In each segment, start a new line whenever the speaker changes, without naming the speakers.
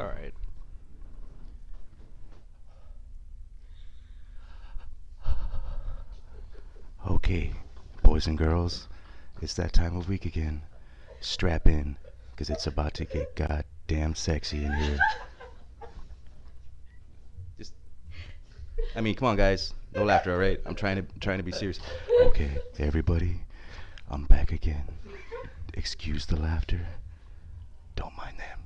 All right.
Okay, boys and girls, it's that time of week again. Strap in, 'cause it's about to get goddamn sexy in here. Just, I mean, come on, guys. No laughter, all right? I'm trying to trying to be serious. Okay, everybody, I'm back again. Excuse the laughter. Don't mind them.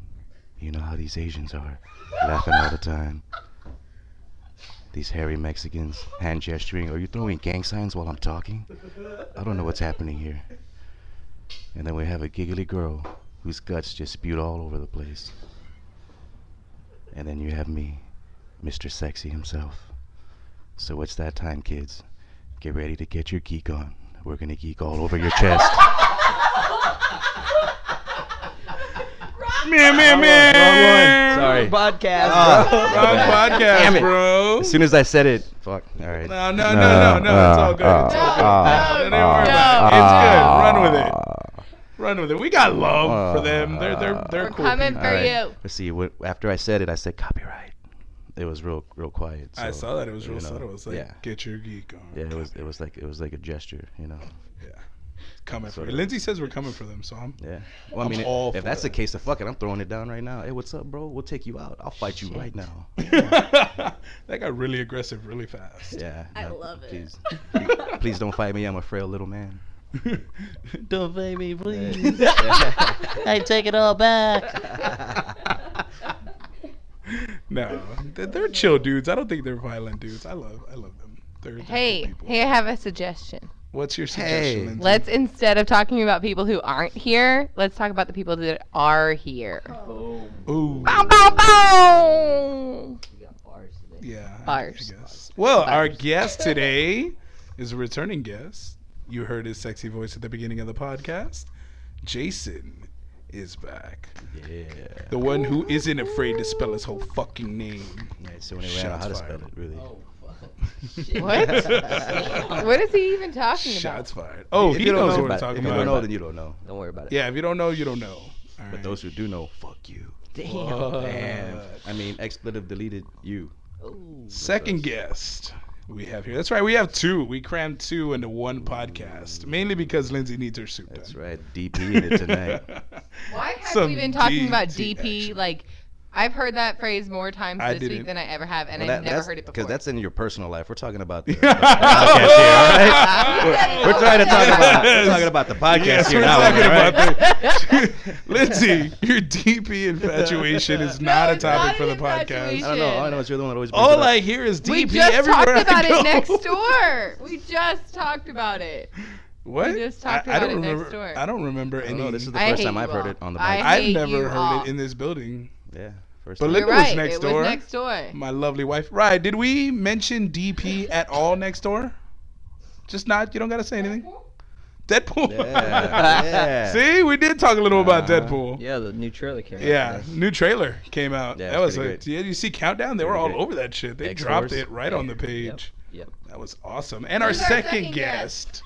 You know how these Asians are, laughing all the time. These hairy Mexicans, hand gesturing. Are you throwing gang signs while I'm talking? I don't know what's happening here. And then we have a giggly girl whose guts just spewed all over the place. And then you have me, Mr. Sexy himself. So it's that time, kids. Get ready to get your geek on. We're gonna geek all over your chest.
Man, man, man.
Sorry.
Podcast.
Ah.
Wrong
Bad.
podcast,
Damn it.
bro.
As soon as I said it, fuck. All right.
No, no, no, no, no. it's all good. it's all good.
uh,
no, don't worry about it. It's good. Run with it. Run with it. We got love for them. They're they're they're
We're
cool.
coming
people.
for
Alright.
you.
Let's see. What, after I said it, I said copyright. It was real, real quiet. So,
I saw that it was
you
real
know,
subtle. It was like,
yeah,
get your geek on.
yeah. It was, it was like, it was like a gesture, you know.
coming for
sort
you.
of.
Lindsay says we're coming for them, so I'm.
Yeah. Well, I
I'm
mean,
all
if, if
for
that's the
that.
case, then fuck it. I'm throwing it down right now. Hey, what's up, bro? We'll take you out. I'll fight you right now.
that got really aggressive really fast.
Yeah.
I
no,
love it.
Please, please don't fight me. I'm a frail little man.
Don't pay me, please.
Yeah.
I take it all back.
no, they're, they're chill dudes. I don't think they're violent dudes. I love I love them. They're, they're cool
Hey,
people.
hey, I have a suggestion.
What's your
Hey.
suggestion? Lindsay?
Let's instead of talking about people who aren't here, let's talk about the people that are here.
Ooh.
Bow, bow, bow.
Yeah. I-
Bars.
I guess. Well, our
Bars.
guest today is a returning guest. You heard his sexy voice at the beginning of the podcast. Jason is back.
yeah.
The one who isn't afraid to spell his whole fucking name.
Yeah, so when I out how to
Shots
spell
fired.
it, really. ah,
What? what is he even talking about?
Shots fired. Oh,
If
he
you don't
knows
know
what I'm
about it-
talking
If you
about.
don't know, then you don't know.
Don't worry about it.
yeah, if you don't know, you don't know. All Uh,
But
right.
those who do know, fuck you.
Damn.
Damn. I mean, expletive deleted you.
Second guest we have here. That's right. We have two. We crammed two into one podcast, mainly because Lindsay needs her soup.
That's
done.
right. DP in it tonight.
Why have
Some
we been talking about
DT
DP?
action.
Like, I've heard that phrase more times
I
this
didn't.
week than I ever have, and
Well, that-
I've never
that's-
heard it before.
Because that's in your personal life. We're talking about the, the podcast here, all right? We're, we're trying to talk about we're talking about the podcast
Yes,
here
we're
now.
talking
all right?
about that. Lindsay, your DP infatuation is
No,
not a
it's not
topic for
an
the podcast.
infatuation.
I don't know. All I know is you're the one that always brings
All
it up.
I hear is DP
we just
everywhere
talked about
I go.
it next door. We just talked about it.
What?
We just talked
I, I
about
don't
it next
remember,
door.
I don't remember
I
any.
don't know. This is the
I
first
hate
time
you
I've heard
all.
it on the
I
mic.
hate
I've never
you
heard
all.
it in this building.
yeah, first
But
time.
Linda
You're
was
right.
next
it
door.
was next door.
My lovely wife. Ryan, did we mention DP at all next door? Just not. You don't gotta say anything. Deadpool.
Yeah, yeah.
See, we did talk a little about
Uh-huh.
Deadpool.
Uh, Yeah, the new trailer came out.
Yeah, new trailer came out.
Yeah,
that
it's
was
pretty
a, yeah. You see countdown? They were
Pretty
all
good.
over that shit. They
X
dropped
Force.
it right on the page.
yep.
That was awesome. And our
Who's our
second,
second
guest.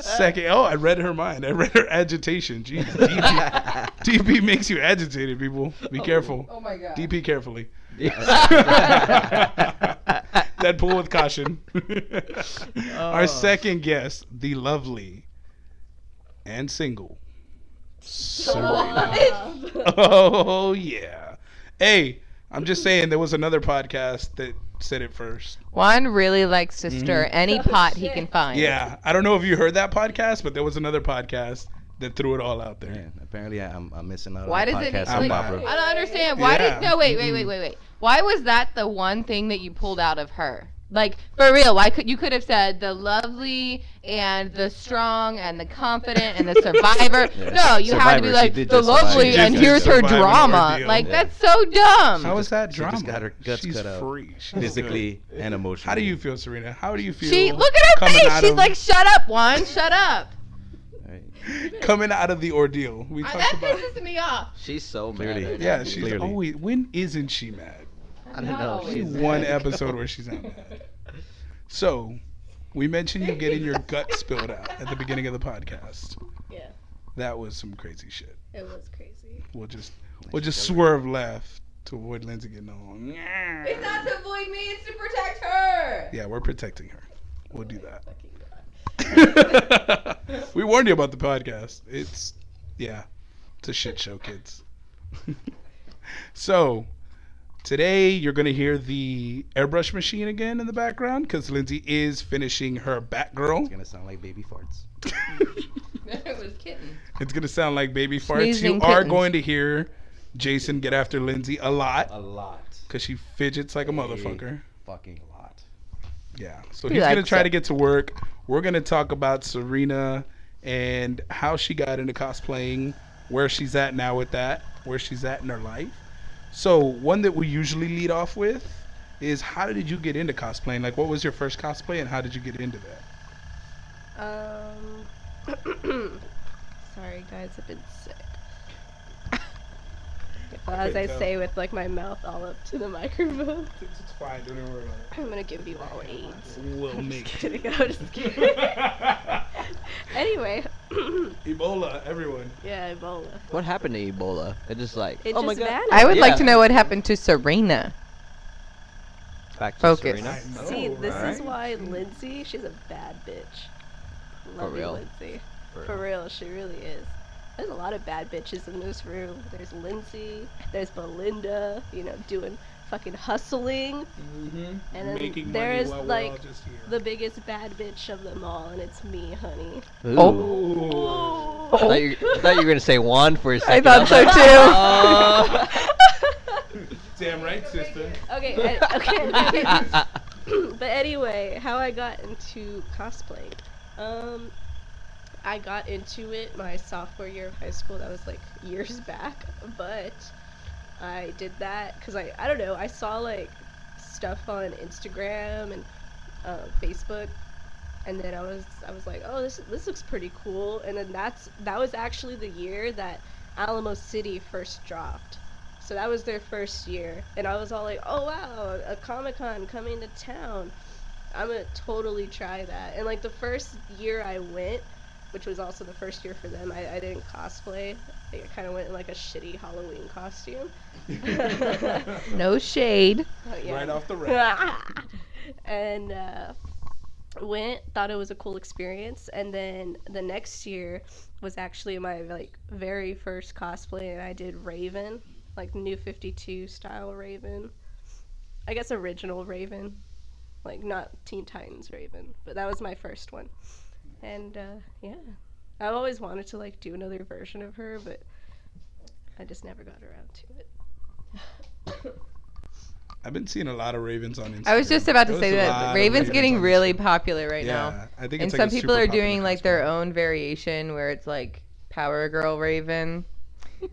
second. Oh, I read her mind. I read her agitation. Jeez, DP, DP makes you agitated, people. Be careful.
Oh my god.
DP carefully.
Yes.
Deadpool with caution.
Oh.
Our second guest, the lovely and single. Serena. Oh yeah. Hey, I'm just saying there was another podcast that said it first.
Juan really likes to stir any pot he can find.
Mm-hmm. Yeah, I don't know if you heard that podcast, but there was another podcast that threw it all out there.
Man, apparently I- I'm, I'm missing out
Why
on the
does it
podcast
need,
I'm
soap
like,
not-
I
opera.
don't understand. Why
Yeah. Mm-hmm.
did no wait, wait, wait, wait, wait. Why was that the one thing that you pulled out of her? Like for real, why could you could have said the lovely and the strong and the confident and the survivor?
Yeah.
No, you had
Survivor,
to be
she
like
did
the
just survive.
lovely
She
and
did
here's her
survive an
drama.
ordeal.
Like
Yeah.
that's so dumb.
How is that
she just
drama?
got her guts
She's
cut out.
free. She's
Physically and emotionally.
good. How do you feel, Serena? How do you feel?
She look at her
coming
face.
out
She's
of-
like, shut up, Juan, shut up.
Right.
coming out of the ordeal. We
I-
talked
That
about.
pisses me off.
She's so mad.
Clearly.
at
Yeah,
it.
she's
Clearly.
always. When isn't she mad?
I don't know.
No.
She's
One
mad.
episode where she's not mad. So, we mentioned you getting your gut spilled out at the beginning of the podcast.
Yeah.
That was some crazy shit.
It was crazy.
We'll just we'll just swerve left to avoid Lindsay getting on.
It's not to avoid me, it's to protect her.
Yeah, we're protecting her. We'll do that.
Fucking God.
we warned you about the podcast. It's yeah, it's a shit show, kids. so today you're gonna hear the airbrush machine again in the background because Lindsay is finishing her
It's
Batgirl.
gonna sound like baby farts.
it was kitten.
it's gonna sound like baby farts. you
Sneezing
are
kittens.
going to hear Jason get after Lindsay a lot
A lot.
because she fidgets like a
Hey.
motherfucker.
Fucking lot.
Yeah. So
He
he's gonna
likes
try
it.
to get to work. We're gonna talk about Serena and how she got into cosplaying, where she's at now with that, where she's at in her life. So one that we usually lead off with is how did you get into cosplaying? Like what was your first cosplay and how did you get into that?
Um, sorry guys, I've been sick. Well, as I
tell.
say with like my mouth all up to the microphone,
It's fine, don't worry about
I'm gonna give you all AIDS.
it. Will
I'm just kidding. I'm just kidding. anyway,
Ebola, everyone.
yeah, Ebola.
What happened to Ebola? It just like
It
oh
just
my god.
vanished.
I would like
Yeah.
to know what happened to Serena.
Back to
Focus.
Serena.
See,
Oh,
this is
right.
why Lindsay, she's a bad bitch. Love you,
real.
Lindsay.
For
For real, she really is. There's a lot of bad bitches in this room. There's Lindsay, there's Belinda, you know, doing fucking hustling. And then there is, like, The biggest bad bitch of them all, and it's me, honey.
Ooh.
Oh.
I thought, you, I thought you were gonna say Juan for a second.
I thought so
was
too.
Damn right, sister.
okay, I- okay.
like, "Oh."
but anyway, how I got into cosplaying. Um, I got into it my sophomore year of high school. That was like years back, but I did that because I I don't know. I saw like stuff on Instagram and uh, Facebook, and then I was I was like, oh, this this looks pretty cool. And then that's that was actually the year that Alamo City first dropped. So that was their first year, and I was all like, "Oh wow, a Comic Con coming to town! I'm gonna totally try that." And like the first year I went, which was also the first year for them, I, I didn't cosplay. Like, I kind of went in like a shitty Halloween costume.
no shade.
Oh, yeah.
Right off the rack.
Ah! and uh, went thought it was a cool experience and then the next year was actually my like very first cosplay and i did raven like new 52 style raven i guess original raven like not teen titans raven but that was my first one and uh, yeah i've always wanted to like do another version of her but i just never got around to it
I've been seeing a lot of Ravens on Instagram.
I was just about to
There's a
say
lot
that
of
Raven's
Ravens
getting
on
really
Instagram.
popular right
yeah,
now.
I think
And
it's like
some
a
people
super
are
popular
doing like their
cosplay.
own variation where it's like Power Girl Raven.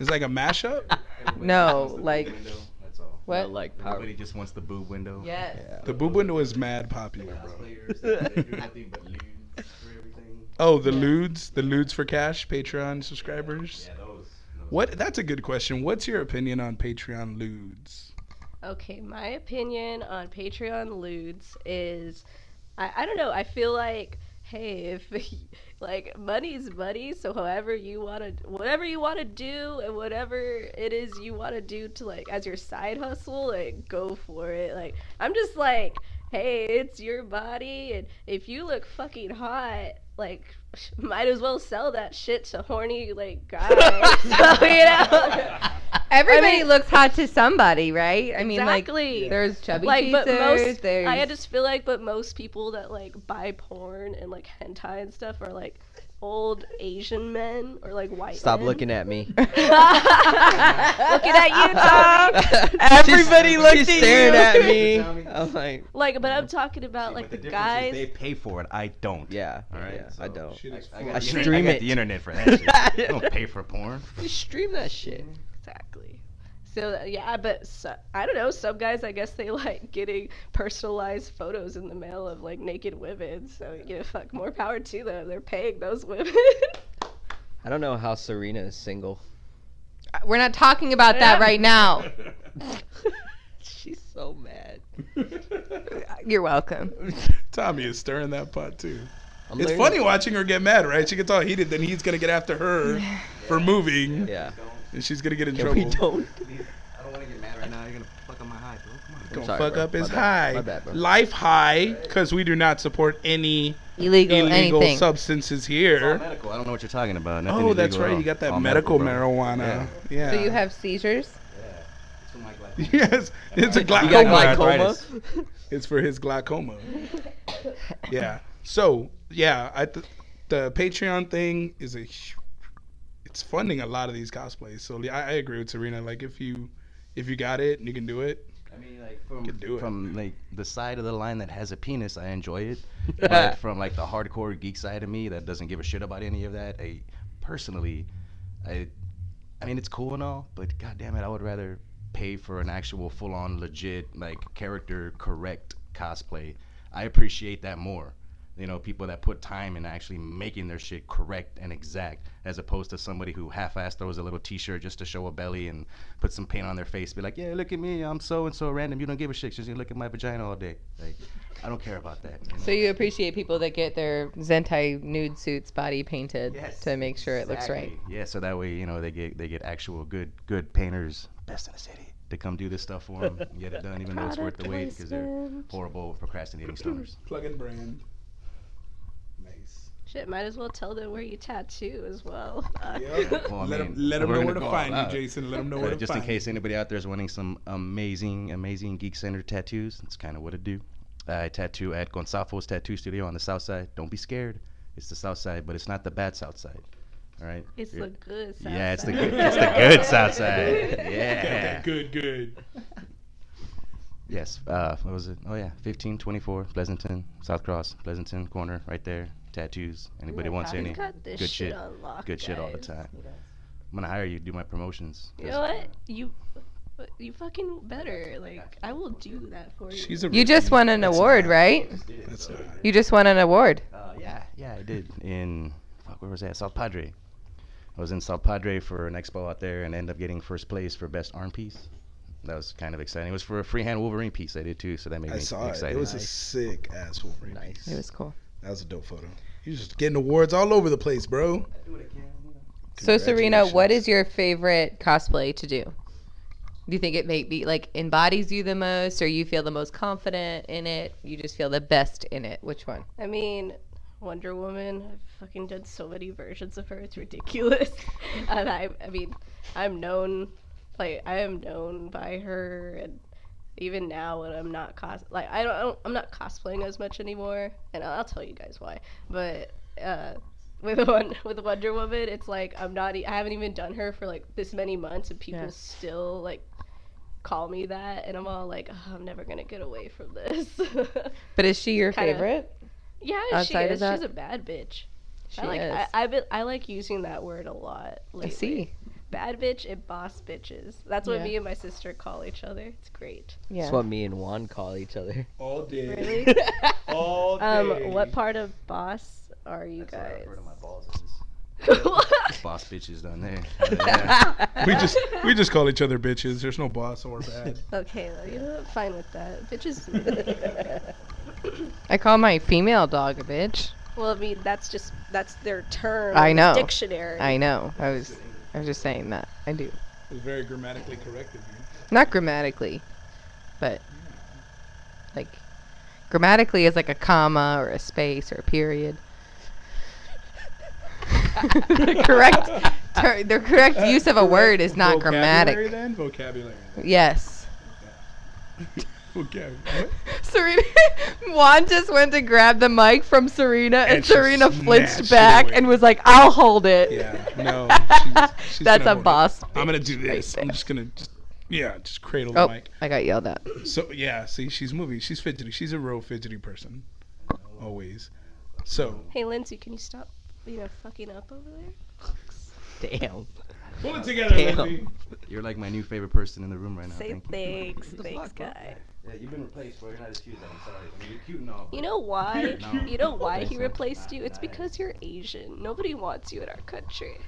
It's like a mashup.
No, like-
That's all.
I
What?
like power.
Everybody just wants the boob window.
Yes.
The boob window is mad popular, bro.
Cosplayers, they do nothing but lewd for everything.
Oh, the lewds, the lewds for cash, Patreon subscribers.
Yeah, those. those.
What? That's a good question. What's your opinion on Patreon lewds?
Okay, my opinion on Patreon lewds is I, I don't know, I feel like hey, if like money's money, so however you want to whatever you want to do and whatever it is you want to do to like as your side hustle, like go for it. Like I'm just like, hey, it's your body and if you look fucking hot, like might as well sell that shit to horny like guys. so, you know.
Everybody
mean-
looks hot to somebody, right? I mean,
Exactly.
like there's chubby
like, but
cheesers,
most
there's
I just feel like, but most people that like buy porn and like hentai and stuff are like old Asian men or like white.
Stop
men.
looking at me.
looking at you, Tommy.
Everybody
She's-
looked
she's
at
staring
you.
at me.
Tommy.
I'm like,
Like, but I'm talking about
See,
like
but
the,
difference is
guys.
They pay for it. I don't.
yeah.
All right.
yeah,
so
I don't.
Shit is
I,
for
got the
Stream
internet- I got
it.
the internet for that. shit. I don't pay for porn.
You stream that shit.
Exactly. So uh, yeah, but so, I don't know. Some guys, I guess they like getting personalized photos in the mail of like naked women. So you know, fuck, more power to them. They're paying those women.
I don't know how Serena is single.
We're not talking about that
Yeah.
right now.
She's so mad.
You're welcome.
Tommy is stirring that pot too.
I'm
It's
learning-
funny watching her get mad, right? She gets all heated, then he's gonna get after her for moving,
Yeah.
and she's gonna get in
If
trouble.
we don't.
bro. Come on.
Gonna
sorry,
fuck
bro.
up
My
is
bad.
high.
My bad, bro.
Life high, because we do not support any
Illegal,
illegal
anything.
substances
It's all
here.
medical. I don't know what you're talking about. Nothing
Oh, that's
illegal at
right.
all.
You got
It's
that
all
medical
bro.
marijuana. Yeah.
so you have seizures?
Yeah. It's from my glaucoma.
Yes, it's a
You got
glaucoma.
glaucoma?
arthritis.
It's for his glaucoma. yeah. So yeah, I th- the Patreon thing is a. hu- It's funding a lot of these cosplays. So yeah, I, I agree with Serena. Like if you if you got it and you can do it,
I mean, like from
Could do it.
from like the side of the line that has a penis, I enjoy it. But from like the hardcore geek side of me that doesn't give a shit about any of that, I personally, I, I mean, it's cool and all, but god damn it, I would rather pay for an actual full-on legit like character correct cosplay. I appreciate that more. You know, people that put time in actually making their shit correct and exact, as opposed to somebody who half-ass throws a little T-shirt just to show a belly and put some paint on their face, be like, "Yeah, look at me, I'm so and so random. You don't give a shit. Just you look at my vagina all day. Like, I don't care about that." you know?
So you appreciate people that get their Zentai nude suits body painted
Yes,
to make sure it looks right.
Exactly. Yeah, so that way you know they get they get actual good good painters, best in the city, to come do this stuff for them. Get it done, even though it's worth the wait because they're horrible procrastinating stoners.
plug in brand. Nice.
Shit, might as well tell them where you tattoo as well.
Yeah.
Well, Oh, I
let them
mean,
let 'em
we're
know
gonna
where to
go
find
all out.
you, Jason. Let them know
Uh,
where to
just in
find.
case anybody out there is wanting some amazing, amazing Geek Center tattoos, that's kind of what it do. I tattoo at Gonzafo's Tattoo Studio on the south side. Don't be scared. It's the south side, but it's not the bad south side. All right?
It's
You're-
the good side.
yeah, it's the good, it's the good south side.
You. Got
Yeah.
that good, good.
Yes. Uh, what was it? Oh yeah, 15, 24, Pleasanton, South Cross, Pleasanton corner, right there. Tattoos. Anybody wants
We
any?
got this
good shit.
on lock,
Good shit all the
guys.
time. I'm gonna hire you to do my promotions.
You know what? You you fucking better. Like I will do that for you.
She's a.
You just won an award, right?
That's not.
You just won an award.
Uh, yeah, yeah, I did. In fuck, where was that? South Padre. I was in South Padre for an expo out there and ended up getting first place for best arm piece. That was kind of exciting. It was for a freehand Wolverine piece I did too, so that made
I
me
saw it.
excited.
It was a sick ass Wolverine.
nice.
It was cool.
That was a dope photo. You just getting awards all over the place, bro.
So Serena, what
Congratulations.
is your favorite cosplay to do? Do you think it may be like embodies you the most, or you feel the most confident in it? You just feel the best in it. Which one?
I mean, Wonder Woman. I've fucking done so many versions of her. It's ridiculous. and I, I mean, I'm known, like I am known by her, and even now when I'm not cos, like I don't, I don't I'm not cosplaying as much anymore, and I'll, I'll tell you guys why. But uh, with one with Wonder Woman, it's like I'm not, e- I haven't even done her for like this many months, and people
Yeah.
still like call me that, and I'm all like, "Ugh, I'm never gonna get away from this.
But is she your
Kinda.
favorite?
Yeah,
Outside of
she is.
that?
She's a bad bitch.
She
I like
is.
I, I, be, I like using that word a lot.
I
Lately.
see.
Bad bitch and boss bitches. That's what
Yeah.
me and my sister call each other. It's great.
Yeah.
That's what me and Juan call each other.
All day.
Really?
All day.
um, what part of boss are you
That's what I
guys?
refer to my balls as.
What?
boss bitches down there.
We just we just call each other bitches. There's no boss or bad.
okay, well, you know, I'm fine with that. Bitches.
I call my female dog a bitch.
well, I mean, that's just that's their term.
I
in the
know.
Dictionary.
I know. I was. I was just saying that. I do.
It was very grammatically correct of you.
Not grammatically, but like grammatically is like a comma or a space or a period. The correct. Ter- the correct use of a word is not
Vocabulary
grammatic.
Then vocabulary. Then.
Yes.
Vocabulary.
Serena Juan just went to grab the mic from Serena and,
And she
Serena
snatched it
flinched back
away.
and was like, I'll hold it.
Yeah. No. she's- she's
That's
gonna
a
hold it.
boss.
I'm gonna do
bitch right
this. I'm
there.
just gonna. Just, yeah. Just cradle
Oh,
the mic.
I got yelled at.
So yeah. See, she's moving. She's fidgety. She's a real fidgety person. Always. So.
Hey, Lindsay, can you stop, you know, fucking up over there?
Damn.
Pull it together,
Damn.
Lindsay.
You're like my new favorite person in the room right now.
Say
Thank you.
thanks, thanks, guy.
Yeah, you've been replaced, bro. You're not as cute. I'm sorry. I mean, you're cute and all.
You know why?
No.
You know why he
Listen,
replaced you? It's
not- not
because you're Asian. Nobody wants you in our country.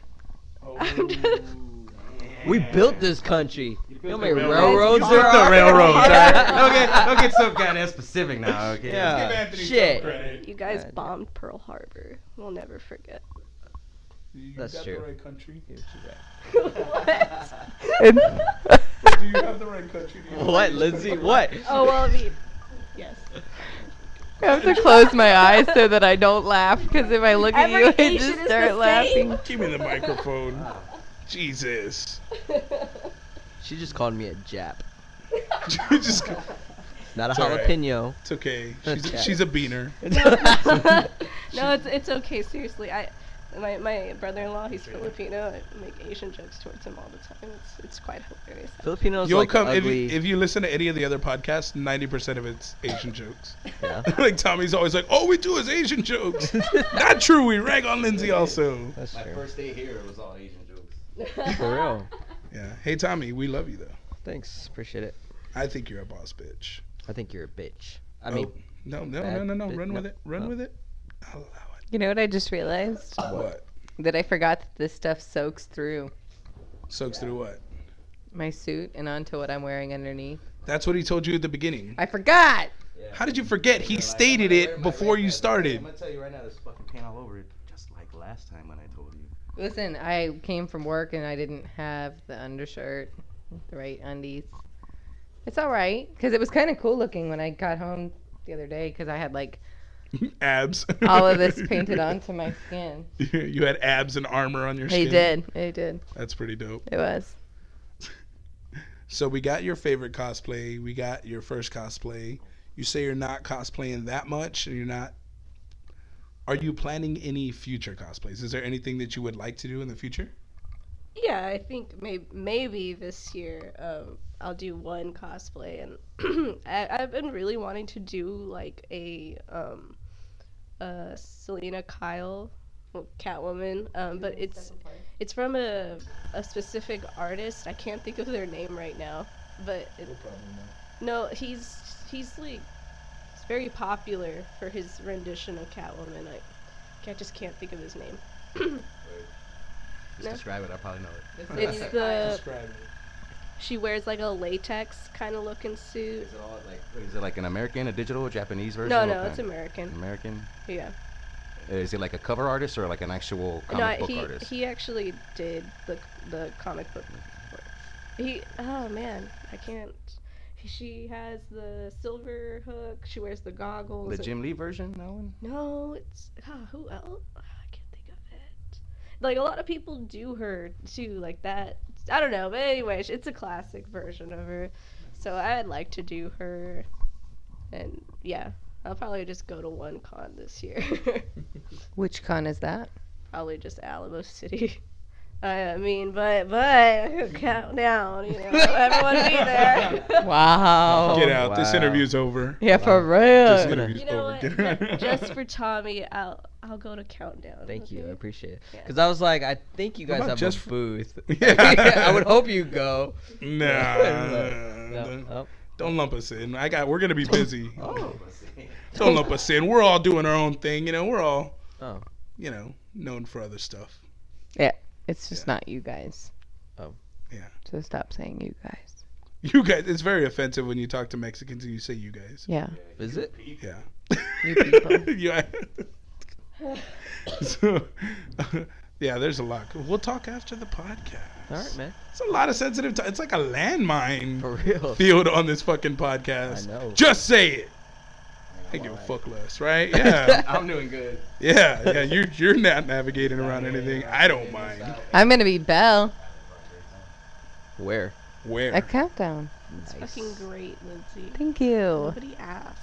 Oh. We built this country. You know how many
the
railroads
railroads.
there
You built
are?
the railroads,
don't get don't get so goddamn specific now. Okay.
Yeah.
Give Anthony some
Uh, Shit.
credit.
You guys
God.
bombed Pearl Harbor. We'll never forget.
You
That's
got
true.
the right country.
You're right.
what?
Do you have the right country? Do you have the
What,
right
Lindsay?
country?
What?
oh well, I mean, yes.
I have to close my eyes so that I don't laugh because if I look
Every
at you, I
Asian is
just
the
start
same.
laughing.
Give me the microphone. Jesus.
She just called me a Jap.
You just go-
Not a
It's alright.
jalapeno.
it's okay. She's,
Okay.
she's a beaner.
no, it's it's okay. Seriously, I. My, my brother-in-law, he's Filipino. I make Asian jokes towards him all the time. It's it's quite hilarious.
Filipinos
You'll
like
come if,
ugly.
if you listen to any of the other podcasts. Ninety percent of it's Asian jokes.
Yeah.
like Tommy's always like, "All we do is Asian jokes." Not true. We rag on Lindsay also.
That's
My
true.
first day here was all Asian jokes.
For real.
Yeah. Hey Tommy, we love you though.
Thanks. Appreciate it.
I think you're a boss bitch.
I think you're a bitch. I
Oh,
mean,
no, no, no,
bad
no, no.
bit-
Run
no,
with it. Run
no.
with it. I'll allow it.
You know what I just realized?
What?
That I forgot that this stuff soaks through
Soaks through what?
my suit and onto what I'm wearing underneath.
That's what he told you at the beginning.
I forgot.
How did you forget? He stated it before you started.
I'm gonna tell you right now, there's fucking paint all over it, just like last time when I told you.
Listen, I came from work and I didn't have the undershirt, the right undies. It's all right because it was kind of cool looking when I got home the other day because I had like
Abs.
all of this painted onto my skin.
you had abs and armor on your
They
skin.
did. They did.
That's pretty dope.
It was.
So we got your favorite cosplay. We got your first cosplay. You say you're not cosplaying that much, and you're not. Are you planning any future cosplays? Is there anything that you would like to do in the future?
Yeah, I think maybe maybe this year um, I'll do one cosplay, and I, I've been really wanting to do like a um, uh, Selena Kyle, well, Catwoman, um, but it's it's from a a specific artist. I can't think of their name right now, but it, no, he's he's like he's very popular for his rendition of Catwoman. I, I just can't think of his name.
Just
No.
describe it. I probably know it.
It's the
Describe it.
She wears like a latex kind of looking suit.
Is it all like? what Is it like an American, a digital, a Japanese version?
No,
What
no, it's
kind?
American.
American.
Yeah.
Uh, Is it like a cover artist or like an actual comic
no,
book
he
artist?
he actually did the the comic book. He oh man, I can't. She has the silver hook. She wears the goggles.
the
and-
Jim Lee version, that one.
No, it's ah, who else? Ah, I can't think of it. Like a lot of people do her too, like that. I don't know, but anyway, it's a classic version of her. So I'd like to do her, and yeah, I'll probably just go to one con this year.
Which con is that?
probably just Alamo City. I mean, but but countdown, you know, everyone be there.
Wow.
Get out. This
Oh,
Wow.
interview's over.
Yeah, for
This
real.
interview's
You know
over.
what?
Get her out.
Just for Tommy, I'll I'll go to countdown.
thank you. I
okay?
appreciate it.
Yeah.
Because I was like, I think you
What
guys
about
have
just
a
for-
booth.
Yeah.
I would hope you go.
Nah.
No. Oh.
Don't lump us in. I got. We're gonna be busy.
Oh.
Don't lump us in. We're all doing our own thing. You know. We're all.
Oh.
You know, known for other stuff.
It's just not you guys.
Oh.
Yeah.
So stop saying you guys.
You guys. It's very offensive when you talk to Mexicans and you say you guys.
Yeah.
Is it?
Yeah.
You people.
yeah. so, yeah. There's a lot. We'll talk after the podcast.
All right, man.
It's a lot of sensitive. T- it's like a landmine
For real.
field on this fucking podcast.
I know.
Just say it. I give a fuck less, right? Yeah,
I'm doing good.
yeah, yeah. You're you're not navigating around anything. I don't mind.
I'm gonna be Belle.
Where?
A
Where?
countdown.
It's fucking great, Lindsay.
Thank you.
Nobody asked.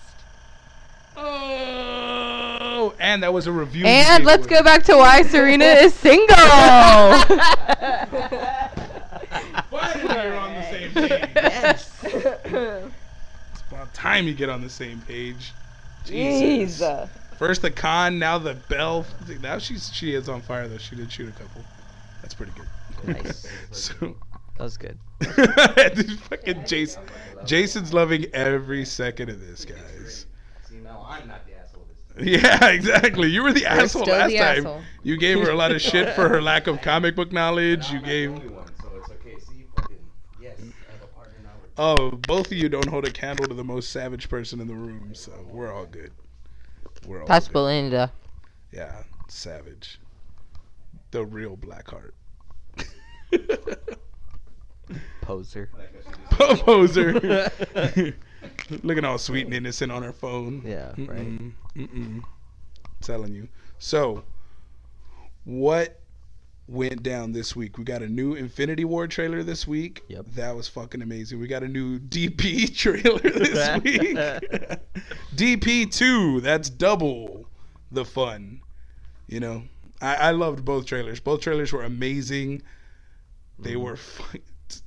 Oh, and that was a review.
And let's go back to why Serena is single.
Finally, you're on the same page.
yes.
It's about time you get on the same page. Jesus. First the con, now the bell. Now she's she is on fire though. She did shoot a couple. That's pretty good.
Nice.
so.
That was good.
Dude, fucking Jason. Jason's loving every second of this, guys.
See, now I'm not the asshole. this time.
Yeah, exactly. You were the asshole
still
last
the
time.
asshole.
You gave her a lot of shit for her lack of comic book
Now
knowledge. You
I'm not the
gave.
only one, so it's okay. See, fucking yes, I have a partner now. We're
Oh, both of you don't hold a candle to the most savage person in the room, so we're all good. We're all
That's
good.
Belinda.
Yeah, savage. the real Blackheart.
Poser.
Poser. Looking all sweet and innocent on her phone.
Yeah, right.
Mm-mm, mm-mm. Telling you. So, what went down this week? We got a new Infinity War trailer this week.
Yep.
That was fucking amazing. We got a new DP trailer this week. DP2, that's double the fun. You know, I, I loved both trailers. Both trailers were amazing. They were fu-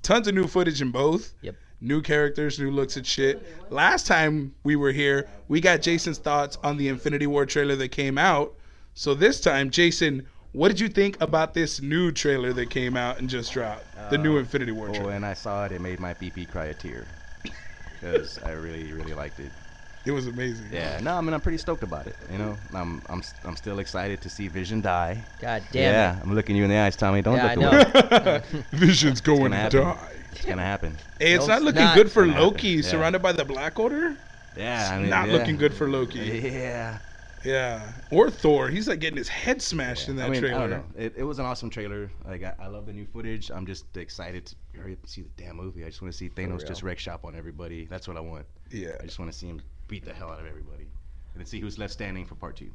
tons of new footage in both.
Yep.
New characters, new looks at shit. Last time we were here, we got Jason's thoughts on the Infinity War trailer that came out. So this time, Jason, what did you think about this new trailer that came out and just dropped? the new
Uh,
Infinity War
Oh,
trailer.
and I saw it. It made my PP cry a tear because I really, really liked it.
It was amazing.
Yeah. No, I mean I'm pretty stoked about it. You know, I'm I'm s- I'm still excited to see Vision die.
God
yeah.
damn
I'm looking you in the eyes, Tommy. Don't
Yeah, I
look
know.
away.
Vision's going
gonna happen.
to die.
It's gonna happen.
Hey, it's
No,
not
it's
looking
not.
good for
Gonna happen,
Loki,
yeah.
surrounded by the Black Order.
Yeah. I
It's
mean,
not
yeah.
looking good for Loki.
Yeah.
Yeah, or Thor. He's like getting his head smashed in that
I mean,
trailer.
I don't know. It, it was an awesome trailer. Like I, I love the new footage. I'm just excited to hurry up and see the damn movie. I just want to see Thanos
real.
just wreck shop on everybody. That's what I want.
Yeah,
I just want to see him beat the hell out of everybody, and then see who's left standing for part two.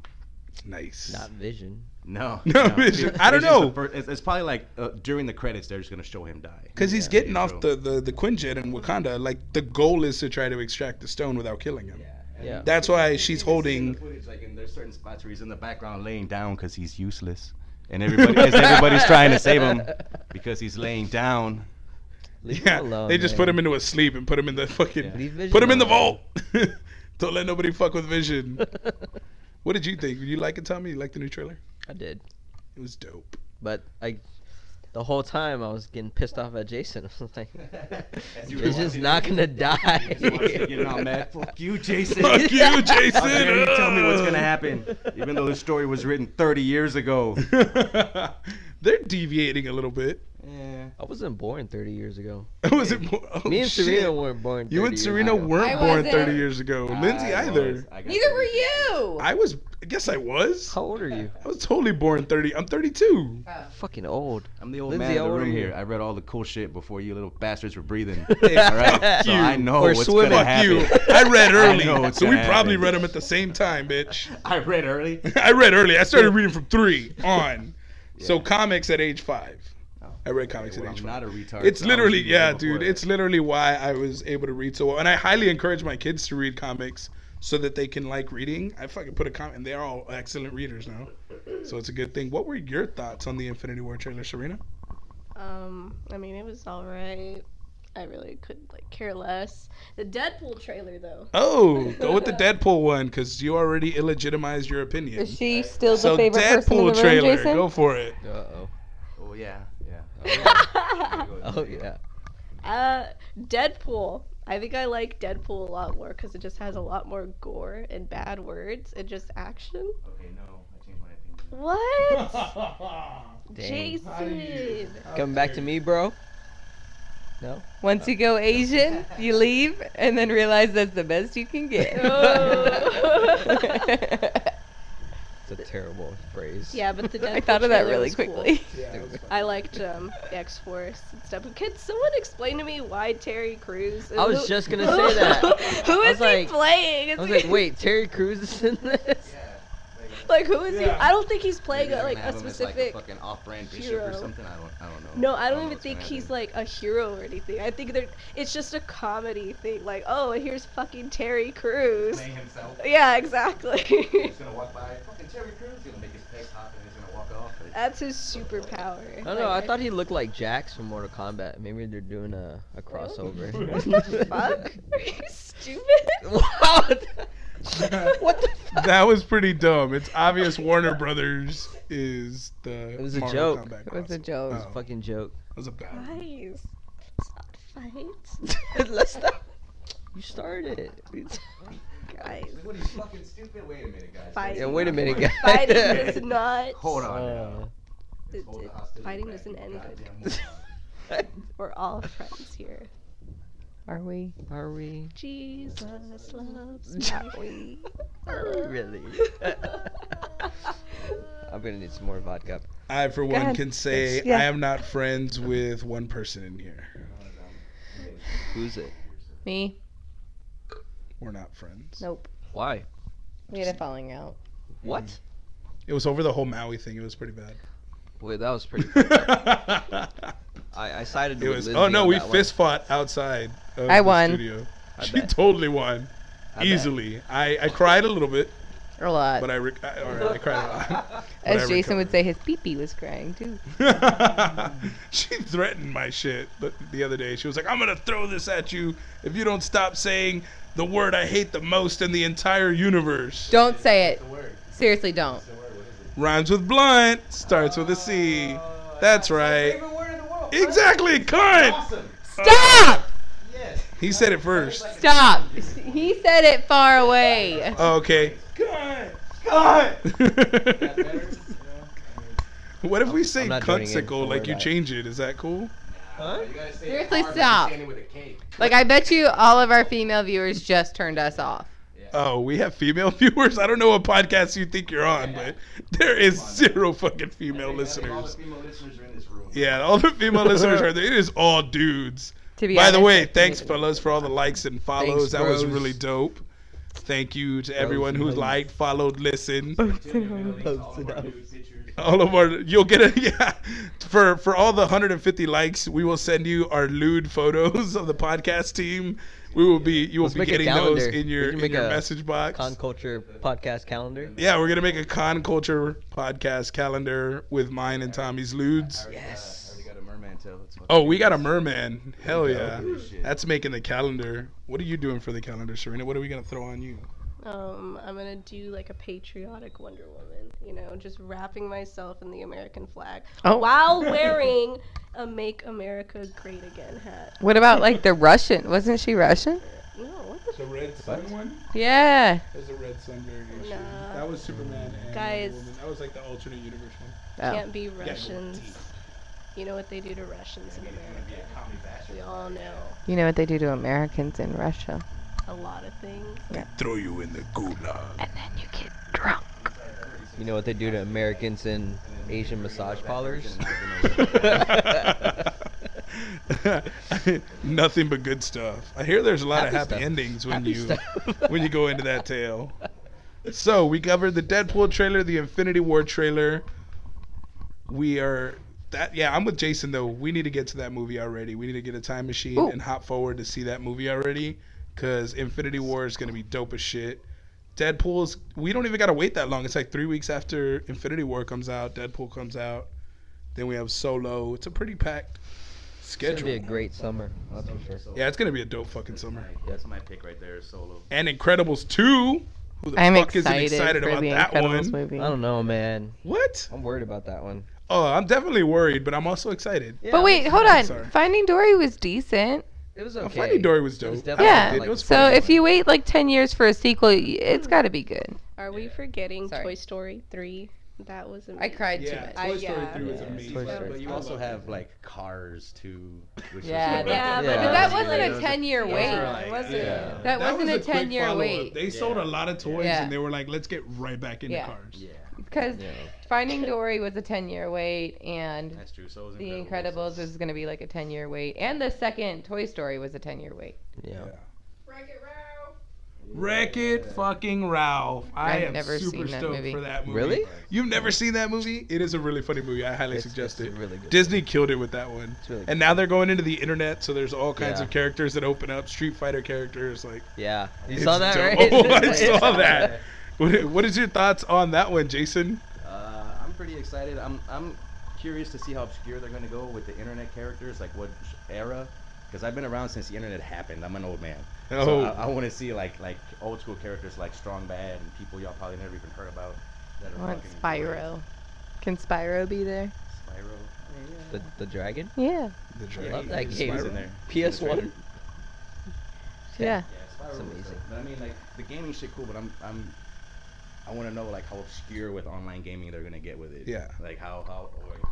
nice.
it. Not Vision.
No,
No, Vision- I don't
Vision's
know.
the fir- it's, it's probably like uh, during the credits they're just gonna show him die.
Because he's
Yeah,
getting
yeah,
off
bro.
the, the the Quinjet in Wakanda. Like the goal is to try to extract the stone without killing him.
Yeah.
That's why she's
You can see
holding-
the footage, like, and there's certain spots where he's in the background laying down because he's useless, and everybody 'cause everybody's trying to save him because he's laying down.
Leave
Yeah,
him alone,
they just
man.
put him into a sleep and put him in the fucking
Leave Vision
put him in the
alone.
vault. Don't let nobody fuck with Vision. what did you think? Did you like it, Tommy? You like the new trailer?
I did,
It was dope.
but I. The whole time I was getting pissed off at Jason. I was like,
As you were
Vision's
watching-
not gonna die.
as you watched it getting all mad. Fuck you, Jason.
Fuck you,
How
Jason.
How dare you tell me what's gonna
Ugh.
happen? Even though this story was written 30 years ago.
They're deviating a little bit.
Yeah.
I wasn't born 30 years ago.
Was it more, oh,
Me and
shit.
Serena weren't born. 30
You and
years
Serena
ago.
weren't
I
born
wasn't.
30 years ago. Lindsay
I
either.
was. I got
Neither were
thirty.
you.
I was. I guess I was.
How old are you?
I was totally born 30. I'm 32.
Fucking old.
I'm the old
Lindsay,
man in
how
the
old are
room
you?
here. I read all the cool shit before you little bastards were breathing.
Hey,
all right?
fuck
So
you.
I know
We're
what's
swimming.
gonna
Fuck
happen.
you. I read early,
know what's
so we
gonna
probably
happen.
read them at the same time, bitch.
I read early.
I read early. I started reading from three on. So
Yeah. Oh.
comics at age five. I read comics
Well,
at age
I'm not
five.
a retard.
It's
so I was
literally,
reading
yeah,
before
dude.
that.
It's literally why I was able to read so well, and I highly encourage my kids to read comics so that they can like reading. I fucking put a comment, and they're all excellent readers now, so it's a good thing. What were your thoughts on the Infinity War trailer, Serena?
Um, I mean, it was all right. I really could like care less. The Deadpool trailer, though.
Oh, go with the Deadpool one because you already illegitimized your opinion.
Is she still the
So
favorite person in the
Deadpool
room,
trailer,
Jason?
go for it.
Uh oh.
Oh yeah, yeah.
Oh yeah.
Uh, Deadpool. I think I like Deadpool a lot more because it just has a lot more gore and bad words and just action.
Okay, no, I changed my opinion.
What?
Dang.
Jason.
Coming back to me, bro. No.
Once you go Asian, you leave and then realize that's the best you can get.
Oh.
It's a terrible phrase.
Yeah, but the Deadpool
I thought of that
trailer
really
was cool.
quickly.
I liked um, X Force and stuff. But Could someone explain to me why Terry Crews? Is
I was just gonna say that.
who
I was
is he
like-
playing? Is
I was
he-
like, wait, Terry Crews is in this?
like who is he?
Yeah.
I don't think he's playing
Maybe
a,
they're
like
gonna
a
have him as, like,
specific.
fucking off-brand bishop or
hero.
something. I don't, I don't know.
No, I don't
know
even
what's gonna
think he's
happen.
like a hero or anything. I think they're it's just a comedy thing. Like, oh, here's fucking Terry Crews.
Playing himself.
Yeah, exactly.
He's gonna walk by. Fucking Terry Crews is gonna make his legs hop and he's gonna walk off.
That's his superpower.
I don't know. I thought he looked like Jax from Mortal Kombat. Maybe they're doing a, a crossover.
What the fuck? Are you stupid?
what? what the fuck?
That was pretty dumb. It's obvious Warner Brothers is the.
It was a
Mortal
joke.
Kombat
It was a
crossover.
joke.
Oh, it
Fucking joke.
was a bad. one.
Guys, stop fights.
Let's not. You started it.
Oh,
It's-
Guys,
What is fucking stupid? Wait a minute, guys.
Fight.
Yeah, wait a minute, guys.
fighting does not.
Hold on.
Uh,
It, it- fighting doesn't end good. We're all friends here.
Are we?
are we?
Jesus loves me.
Are we really? I I'm gonna need some more vodka.
I, for one,
ahead.
can say
Yeah.
I am not friends with one person in here.
Who's it?
Me?
We're not friends.
Nope.
Why?
We had a falling out.
What?
It was over the whole Maui thing. It was pretty bad.
Wait, that was pretty. I, I sided
it
with
was.
Lizzie
Oh no,
on
we
that one.
fist fought outside. Of
I
the
won.
Studio.
I
She
bet.
totally won,
I bet.
easily. I, I cried a little bit,
Or a lot.
but I, re- I, all right, I cried a lot. but I
As
recovered.
Jason would say, his pee-pee was crying too.
she threatened my shit the, the other day. She was like, I'm going to throw this at you if you don't stop saying the word I hate the most in the entire universe.
Don't say it. Seriously, don't.
Rhymes with blunt, starts
Uh,
with a C. That's right. Exactly, cunt!
Stop!
He said it first.
Stop! He said it far away.
Oh, Okay. Cunt! Cunt! What if we say
I'm not joining in.
cuntsicle
Don't
like
worry
you
about it.
change it? Is that cool?
Seriously, stop. Like, I bet you all of our female viewers just turned us off.
Oh, we have female viewers. I don't know what podcast you think you're on, but there is zero fucking female listeners. Yeah, all the female listeners are there. It is all dudes.
To be
By the
honest,
way,
it's
thanks,
me.
fellas, for all the likes and
Thanks,
follows. that was
bros.
really dope. Thank you to everyone
and
who
hoes.
liked, followed, listened.
Posted
All of our, you'll get a yeah. For for all the 150 likes, we will send you our lewd photos of the podcast team. We will be you will
Let's
be
make a
getting those
calendar.
in
We
your
can
in
make
your
a
message box.
Con Culture podcast calendar.
Yeah, we're gonna make a con culture podcast calendar with mine and Tommy's lewds.
Yes.
Oh, we got a merman. Hell yeah.
Shit.
That's making the calendar. What are you doing for the calendar, Serena? What are we gonna throw on you?
Um, I'm gonna do like a patriotic Wonder Woman, you know, just wrapping myself in the American flag
Oh.
while wearing a "Make America Great Again" hat.
What about, like, the Russian? Wasn't she Russian?
No, what the
The red sun one?
Yeah.
There's a red sun variation.
Nah.
That was Superman and
Guys.
Wonder Woman. That was like the alternate universe one.
Oh.
can't be Russians. You know what they do to Russians in America. We all know
You know what they do to Americans in Russia?
a lot of things.
Throw you in the gulag.
And then you get drunk.
You know what they do to Americans in Asian massage parlors?
Nothing but good stuff. I hear there's a lot of
Happy
happy
stuff.
endings when
Happy
you
stuff.
when you go into that tale. So we covered the Deadpool trailer, the Infinity War trailer. We are that yeah, I'm with Jason though. We need to get to that movie already. We need to get a time machine
Ooh.
and hop forward to see that movie already. Cause Infinity War is gonna be dope as shit. Deadpool's we don't even gotta wait that long. It's like three weeks after Infinity War comes out, Deadpool comes out. Then we have Solo. It's a pretty packed
It's
schedule.
gonna be a great summer. That's for sure.
yeah, it's gonna be a dope fucking summer.
That's my pick right there, solo.
And Incredibles two. Who the
I'm
fuck
excited,
isn't excited
for
about
the
that
Incredibles
one?
movie.
I don't know, man.
What?
I'm worried about that one.
Oh, I'm definitely worried, but I'm also excited.
but wait, hold on.
sorry.
Finding Dory was decent.
It was
Oh,
okay.
Finding Dory was dope.
was
I
definitely
Yeah.
liked it. It was
So
fun.
if you wait like 10 years for a sequel, y- it's got to be good.
Are we forgetting
Sorry.
Toy Story three? That was amazing.
I cried too
yeah,
much.
I-
Toy Story
yeah.
three was
Yeah,
amazing.
Toy
Story.
But you
I
also
love
have
it.
like Cars too, which
Yeah,
was
Yeah,
Yeah.
but
But that
wasn't a 10-year
yeah,
wait.
It wasn't.
Yeah.
That wasn't
was
a
quick
10-year
follow-up.
wait.
They sold a lot of toys,
Yeah.
and they were like, "Let's get right back into
Yeah.
cars."
Yeah,
Because
Yeah.
Finding Dory was a 10 year wait, and
that's true. So was
The Incredibles was going to be like a 10 year wait, and the second Toy Story was a 10 year wait.
Yeah.
Wreck It fucking Ralph. I
I've
am
never
super
seen that
stoked
movie.
for that movie.
Really?
You've never seen that movie? It is a really funny movie. I highly
It's-
suggest
it's
it.
really good.
Disney killed it with that one.
It's really
And now they're going into the internet, so there's all kinds
Yeah.
of characters that open up. Street Fighter characters, like.
Yeah. You
It's
saw that,
dope.
right?
Oh, I saw that. What, what is your thoughts on that one, Jason?
Uh, I'm pretty excited. I'm I'm curious to see how obscure they're gonna go with the internet characters, like what era. Because I've been around since the internet happened. I'm an old man. So
uh,
Oh,
I, I want to see like like old school characters like Strong Bad and people y'all probably never even heard about. That
I
are
want
fucking great.
Spyro. Can Spyro be there?
Spyro.
The, the dragon?
Yeah.
the
I
dragon.
love that
He
game.
was in there.
PS1?
Yeah.
Yeah, Spyro
It's
was
amazing.
dope. But I mean, like the gaming shit cool, but I'm I'm I want to know like how obscure with online gaming they're gonna get with it.
Yeah.
Like how how or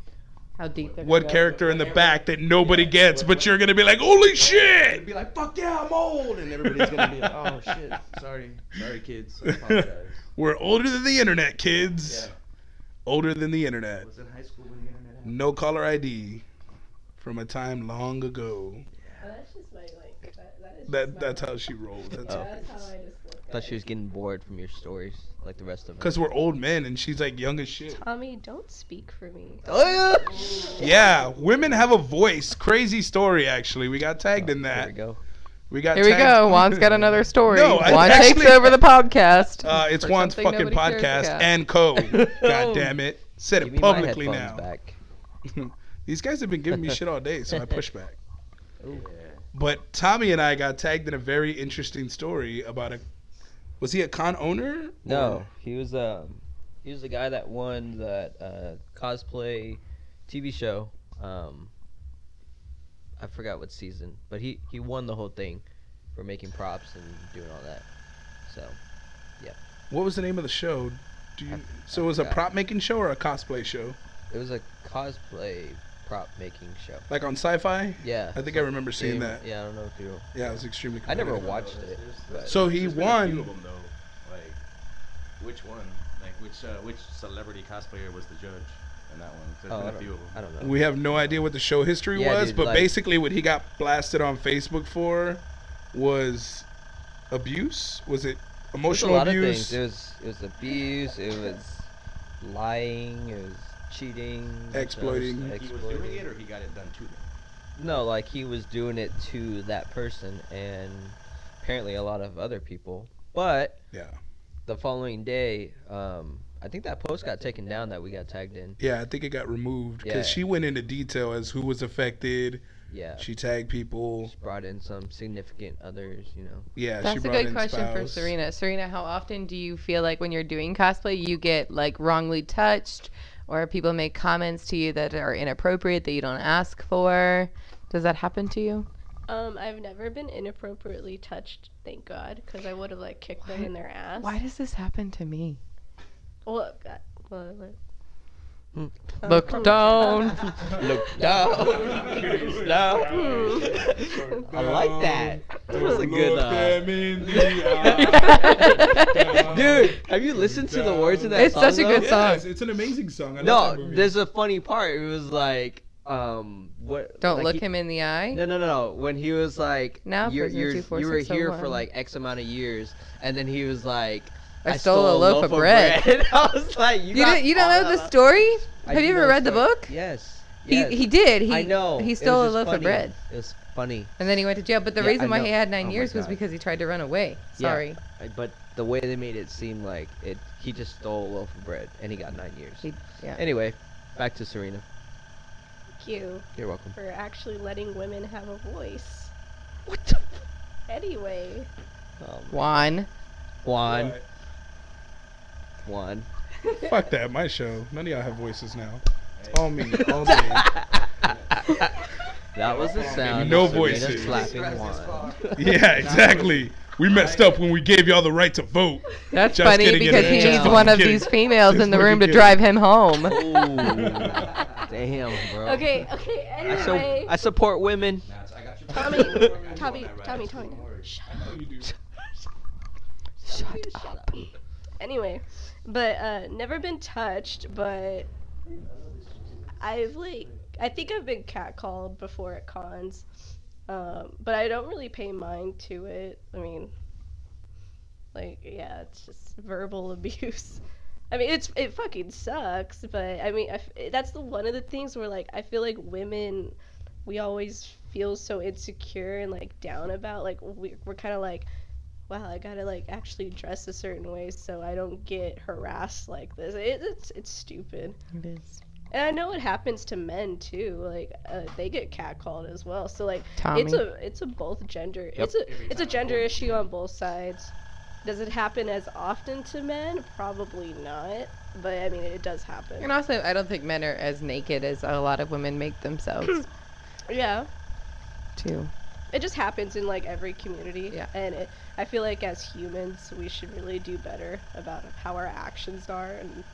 How deep they're
What
gonna go.
character in the back that nobody gets, but you're gonna be like, "Holy shit!"
be like, fuck yeah, I'm old, and everybody's gonna be like, oh shit, sorry, sorry kids, I apologize.
We're older than the internet, kids. older than the internet.
was in high school when the internet happened.
No caller ID from a time long ago.
Oh, that's just my like. That, that is
That that's how she rolls. That's
Oh.
how.
That's how I just look.
Thought she was getting bored from your stories, like the rest of us.
Cause we're old men and she's like young as shit.
Tommy, don't speak for me.
Oh
Yeah, women have a voice. Crazy story, actually. We got tagged in
There
that.
we go.
We got.
Here we
tagged-
go. Juan's got another story.
No, I
Juan takes
actually-
over the podcast.
Uh, it's
For
Juan's
something
fucking
nobody cares
podcast
about.
and co. God damn it! Said
Give
it
me my
publicly
headphones
now.
back.
These guys have been giving me shit all day, so I push back.
Ooh.
But Tommy and I got tagged in a very interesting story about a. Was he a con owner?
No, he was um he was the guy that won that uh, cosplay TV show. Um, I forgot what season, but he he won the whole thing for making props and doing all that. So
What was the name of the show? Do you,
I-
so it was a
forgot.
prop making show or a cosplay show?
it was a cosplay prop making show.
Like on Sci-Fi?
Yeah,
I think I remember seeing that.
Yeah, I don't know if you.
Yeah, it was extremely.
I never
competitive.
watched it. but-
So he
There's been a
won.
few of 'em, though. Like, which one? Like, which uh, which celebrity cosplayer was the judge in that one? 'Cause There's
Oh,
been a few of them.
I don't know.
We have no idea what the show history
Yeah,
was,
dude,
but
like-
basically what he got blasted on Facebook for was abuse. Was it
There's a
emotional
lot of
abuse?
things. It was it was abuse. It was lying. It was cheating. it was
Exploiting.
Like, he was doing it, or he got it done to him.
No, like he was doing it to that person and apparently a lot of other people. But
Yeah.
the following day, um, I think that post got taken down that we got tagged in.
Yeah, I think it got removed because
Yeah.
she went into detail as who was affected.
Yeah,
She tagged people.
just brought in some significant others, you know.
Yeah, she
That's a
brought
good
in
question for
spouse.
Serena. Serena, how often do you feel like when you're doing cosplay, you get like wrongly touched, or people make comments to you that are inappropriate that you don't ask for? Does that happen to you?
Um, I've never been inappropriately touched, thank God, because I would have like kicked them in their ass.
Why does this happen to me?
Well, God, well, look. Um,
Look down.
Look down, down. I like that. That was a good. Uh, dude, have you listened to the words of that
It's
song?
such a
though?
good song.
Yes, it's an amazing song. I love that
No,
movie.
there's a funny part. It was like, um, what?
Don't
like
look
he-
him in the eye.
No, no, no. When he was like,
Now
you're,
prisoner
you're, you were here for
2461.
like X amount of years, and then he was like,
I stole a loaf of bread."
I was like, you,
You,
got
don't, you don't
all
know
that
the
up."
story?
I
Have
do
you ever
know
read the
story.
book?
Yes.
He,
yes.
he did. He,
I know.
He
It
stole a
was just
loaf
funny.
of bread.
It was funny,
And then he went to jail. But the
Yeah,
reason
I
why he
know.
had nine
Oh my
years was
God.
because he tried to run away.
Yeah.
Sorry.
I- but the way they made it seem like it, he just stole a loaf of bread, and he got nine years.
He- yeah.
Anyway, back to Serena.
Thank you
You're welcome.
for actually letting women have a voice.
What the?
Anyway,
Um,
Juan.
Juan. Juan.
Fuck that, my show. None of y'all have voices now. It's all me, all day.
That was the sound.
No
of Serena
voices.
Slapping Juan.
Yeah, exactly. We messed up when we gave y'all the right to vote.
That's
Just
funny
kidding, it
because
is.
he
Just
needs
fucking
one of
kidding.
these females
Just
in the
fucking
room to
kidding.
drive him home.
Ooh. Damn, bro.
okay, okay.
I, su-
Anyway,
I support women.
Nah, it's- I got you.
Tommy,
I know you want
Tommy,
that ride.
Tommy,
It's
Tommy,
cool.
shut
Shut
Shut up. Anyway, but uh, never been touched, but I've like I think I've been catcalled before at cons, um, but I don't really pay mind to it. I mean, like yeah, it's just verbal abuse. I mean, it's it fucking sucks, but I mean, I f that's the one of the things where like I feel like women, we always feel so insecure and like down about like we, we're kind of like wow, I gotta like actually dress a certain way so I don't get harassed like this. It, it's it's stupid, and I know it happens to men too. Like uh, they get catcalled as well. So like
Tommy.
it's a it's a both gender. It's a
Every
it's a
time I
gender
go-
issue on both sides. Does it happen as often to men? Probably not, but I mean it does happen.
and also, I don't think men are as naked as a lot of women make themselves,
Yeah,
too.
it just happens in like every community.
Yeah.
and it, I feel like as humans we should really do better about how our actions are and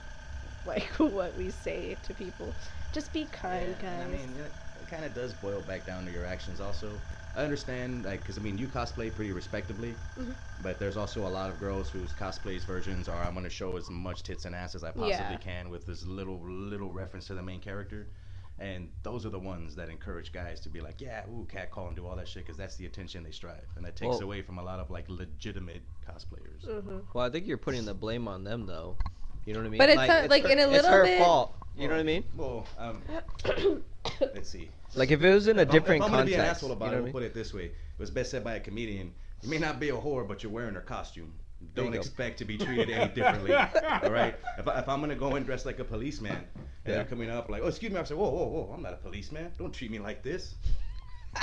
like what we say to people. Just be
Yeah,
kind,
and I
guys.
mean, it, it kind of does boil back down to your actions also. I understand, like, because I mean, you cosplay pretty respectably,
Mhm.
but there's also a lot of girls whose cosplays versions are I'm gonna show as much tits and ass as I possibly
Yeah.
can with this little little reference to the main character, and those are the ones that encourage guys to be like, yeah, ooh, catcall and do all that shit because that's the attention they strive, and that takes
Well-
away from a lot of like legitimate cosplayers.
Mm-hmm.
Well, I think you're putting the blame on them though. You know what I mean?
But it's not- like,
her,
in a
it's
little
her
bit-
fault. You know what I mean?
Well, um, let's see.
Like if it was in a
If I'm-
different
if I'm gonna
context,
be an asshole
you
about
know what I
it, we'll
mean?
put it this way: it was best said by a comedian. You may not be a whore, but you're wearing her costume.
There you
Don't
go.
expect to be treated any differently. all right. If, I, if I'm gonna go and dress like a policeman, and
Yeah.
they're coming up like, "Oh, excuse me," I say, "Whoa, whoa, whoa! I'm not a policeman. Don't treat me like this."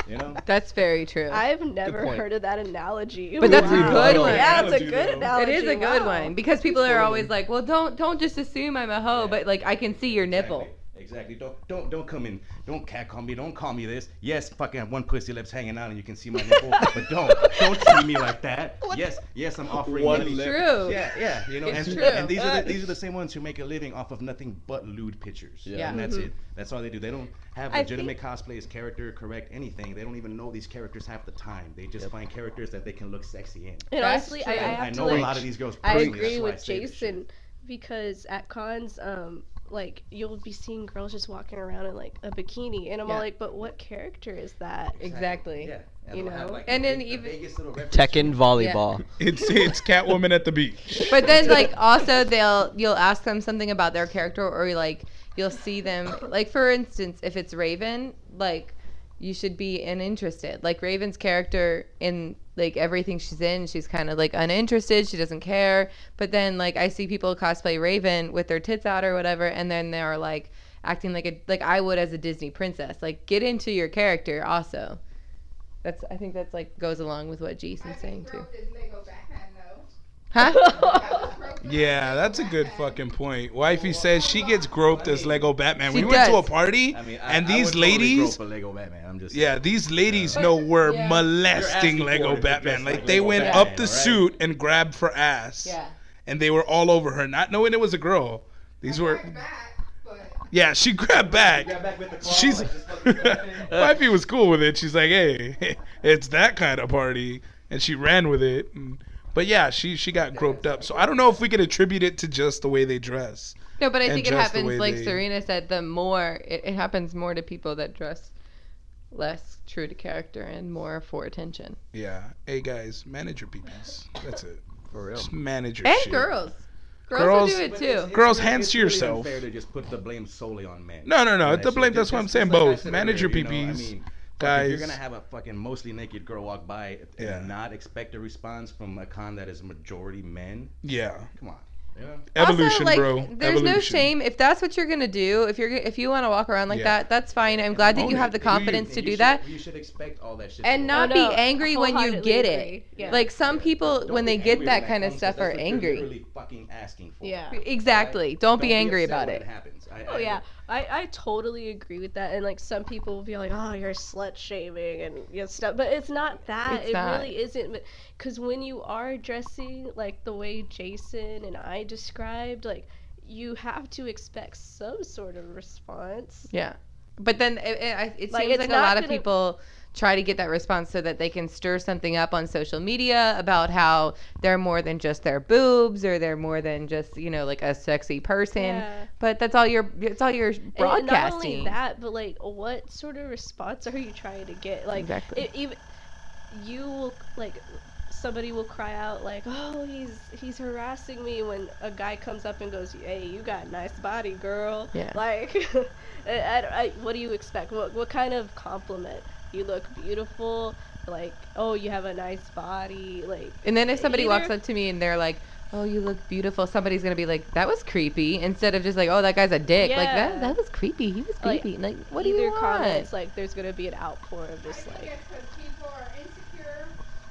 You know.
That's very true.
I've never
point.
heard of that analogy.
But that's a good one.
Yeah, it's a
Analogy,
good
though.
analogy.
it is a good
wow.
one because people are always like, "Well, don't don't just assume I'm a hoe,"
Yeah.
but like I can see your nipple.
Exactly. Exactly. Don't don't don't come in. Don't catcall me. Don't call me this. Yes, fucking have one pussy lips hanging out and you can see my nipple. but don't don't treat me like that. Yes, yes, I'm offering
One
money.
lip.
True.
Yeah, yeah. You know,
It's
and,
true.
and these are the, these are the same ones who make a living off of nothing but lewd pictures.
Yeah.
And that's it. That's all they do. They don't have
Mm-hmm. I
legitimate cosplays, character, correct anything. They don't even know these characters half the time. They just
Yep.
find characters that they can look sexy in.
And
That's
honestly, I, I
true.
have
I
to
know
like,
a lot of these girls.
I
personally, that's
agree
why
with
say this shit.
Jason because at cons, um, like you'll be seeing girls just walking around in like a bikini, and I'm
Yeah.
all like, but what character is that?
Exactly.
Yeah. And
You
they'll have,
know?
like,
And
the
then
big- the
even-
biggest little reference
Tekken volleyball.
It's it's Catwoman at the beach.
But then like also they'll you'll ask them something about their character or like you'll see them like for instance if it's Raven like you should be uninterested like Raven's character in like everything she's in she's kind of like uninterested she doesn't care but then like I see people cosplay Raven with their tits out or whatever and then they're like acting like a like I would as a Disney princess like get into your character also that's I think that's like goes along with what Jason's saying too huh
Yeah, that's a good fucking point. Wifey says she gets groped as Lego Batman.
She
we went to a
does.
party,
I mean, I-
and
I
these
would totally
ladies,
grow for Lego Batman. I'm just
yeah, these ladies know we're
Yeah.
You're asking
molesting
for it
Lego
if you're
Batman.
dressed
Like
like
they
Lego
went
Batman,
up the
all right?
suit and grabbed for ass,
yeah
and they were all over her, not knowing it was a girl. These were,
Mm-hmm.
yeah, she grabbed back.
Got back with the claw,
She's
like, just fucking laughing.
wifey was cool with it. She's like, "Hey, it's that kind of party," and she ran with it. And, but yeah, she she got groped up. So I don't know if we can attribute it to just the way they dress.
No, but I
and
think it
dress the way
happens, like
they-
Serena said, the more it, it happens more to people that dress less true to character and more for attention.
Yeah. Hey guys, manage your peepees. That's it.
For real.
Just manage your
And
shit.
girls. Girls,
Girls-
will do it
But
too.
Girls,
really-
hands
it's
to
really
yourself.
unfair to just put the blame solely on men.
No, no, no.
For
It's
that
the
shit.
blame.
Just-
That's what I'm
just-
saying.
just like I
Both.
said
Manage your
earlier, you know, I
peepees,
mean, fuck, if
guys.
you're gonna have a fucking mostly naked girl walk by
Yeah.
and not expect a response from a con that is majority men,
yeah.
come on. Yeah.
Evolution,
also, like,
bro.
There's
Evolution.
no shame if that's what you're gonna do. If you're if you want to walk around like
Yeah.
that, that's fine. I'm glad that
Own
you have
it.
the
Do you.
confidence
And
to
you
do
should-
that
You should expect all that shit.
and
to
not
Oh,
be
no,
angry when you
wholeheartedly
get it.
agree. Yeah.
Like some people,
go. Don't
when
be
they get
angry
that
when
kind of
comes, 'cause
stuff,
that's
are
what you're
angry.
literally fucking asking for.
Yeah.
Exactly. Don't, be angry
upset
about
when
it.
happens. I-
Oh
I-
yeah, I, I totally agree with that. And like some people will be like, "Oh, you're slut shaming and you know, stuff," but it's not that.
It's
it
not.
really isn't. Because when you are dressing like the way Jason and I described, like you have to expect some sort of response.
Yeah, but then it, it, I- it
Like,
seems
it's
like a
not
lot of
gonna-
people try to get that response so that they can stir something up on social media about how they're more than just their boobs or they're more than just you know like a sexy person.
Yeah.
But that's all you're. It's all you're
And
broadcasting.
not only that, but like, what sort of response are you trying to get? Like,
Exactly.
it, even you will like somebody will cry out like, "Oh, he's he's harassing me." When a guy comes up and goes, "Hey, you got a nice body, girl."
Yeah.
Like, I, I- I- what do you expect? What what kind of compliment? You look beautiful. Like, oh, you have a nice body. Like,
And then if somebody walks
Either-
up to me and they're like. Oh, you look beautiful. Somebody's gonna be like, "That was creepy." Instead of just like, "Oh, that guy's a dick." Like that,
Yeah.
that was creepy. He was
Like,
creepy. Like, what do
either
you want?
comments like, there's gonna be an outpour of
I
just
think
like,
it's 'cause people are insecure,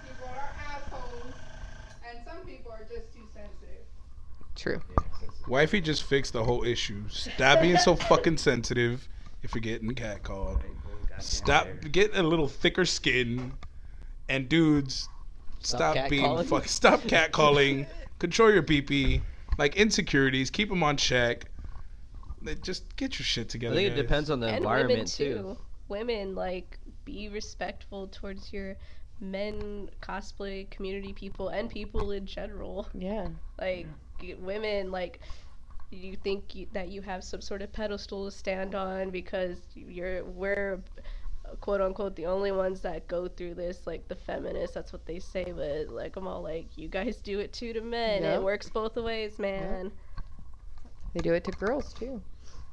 people are assholes, and some people are just too sensitive.
True.
Wifey just fixed the whole issue. Stop being so fucking sensitive. If you're getting catcalled, stop get a little thicker skin, and dudes, stop, being
catcalling.
fuck. Stop catcalling. Control your pee Like insecurities, keep them on check. Like, Just get your shit
I
together.
think it
guys.
depends on the
and women
environment
too. Women like be respectful towards your men cosplay community people and people in general
Yeah.
like y- women like you think you, that you have some sort of pedestal to stand on because you're we're quote unquote the only ones that go through this like the feminists that's what they say but like i'm all like you guys do it too to men
Yep.
it works both ways man
They do it to girls too.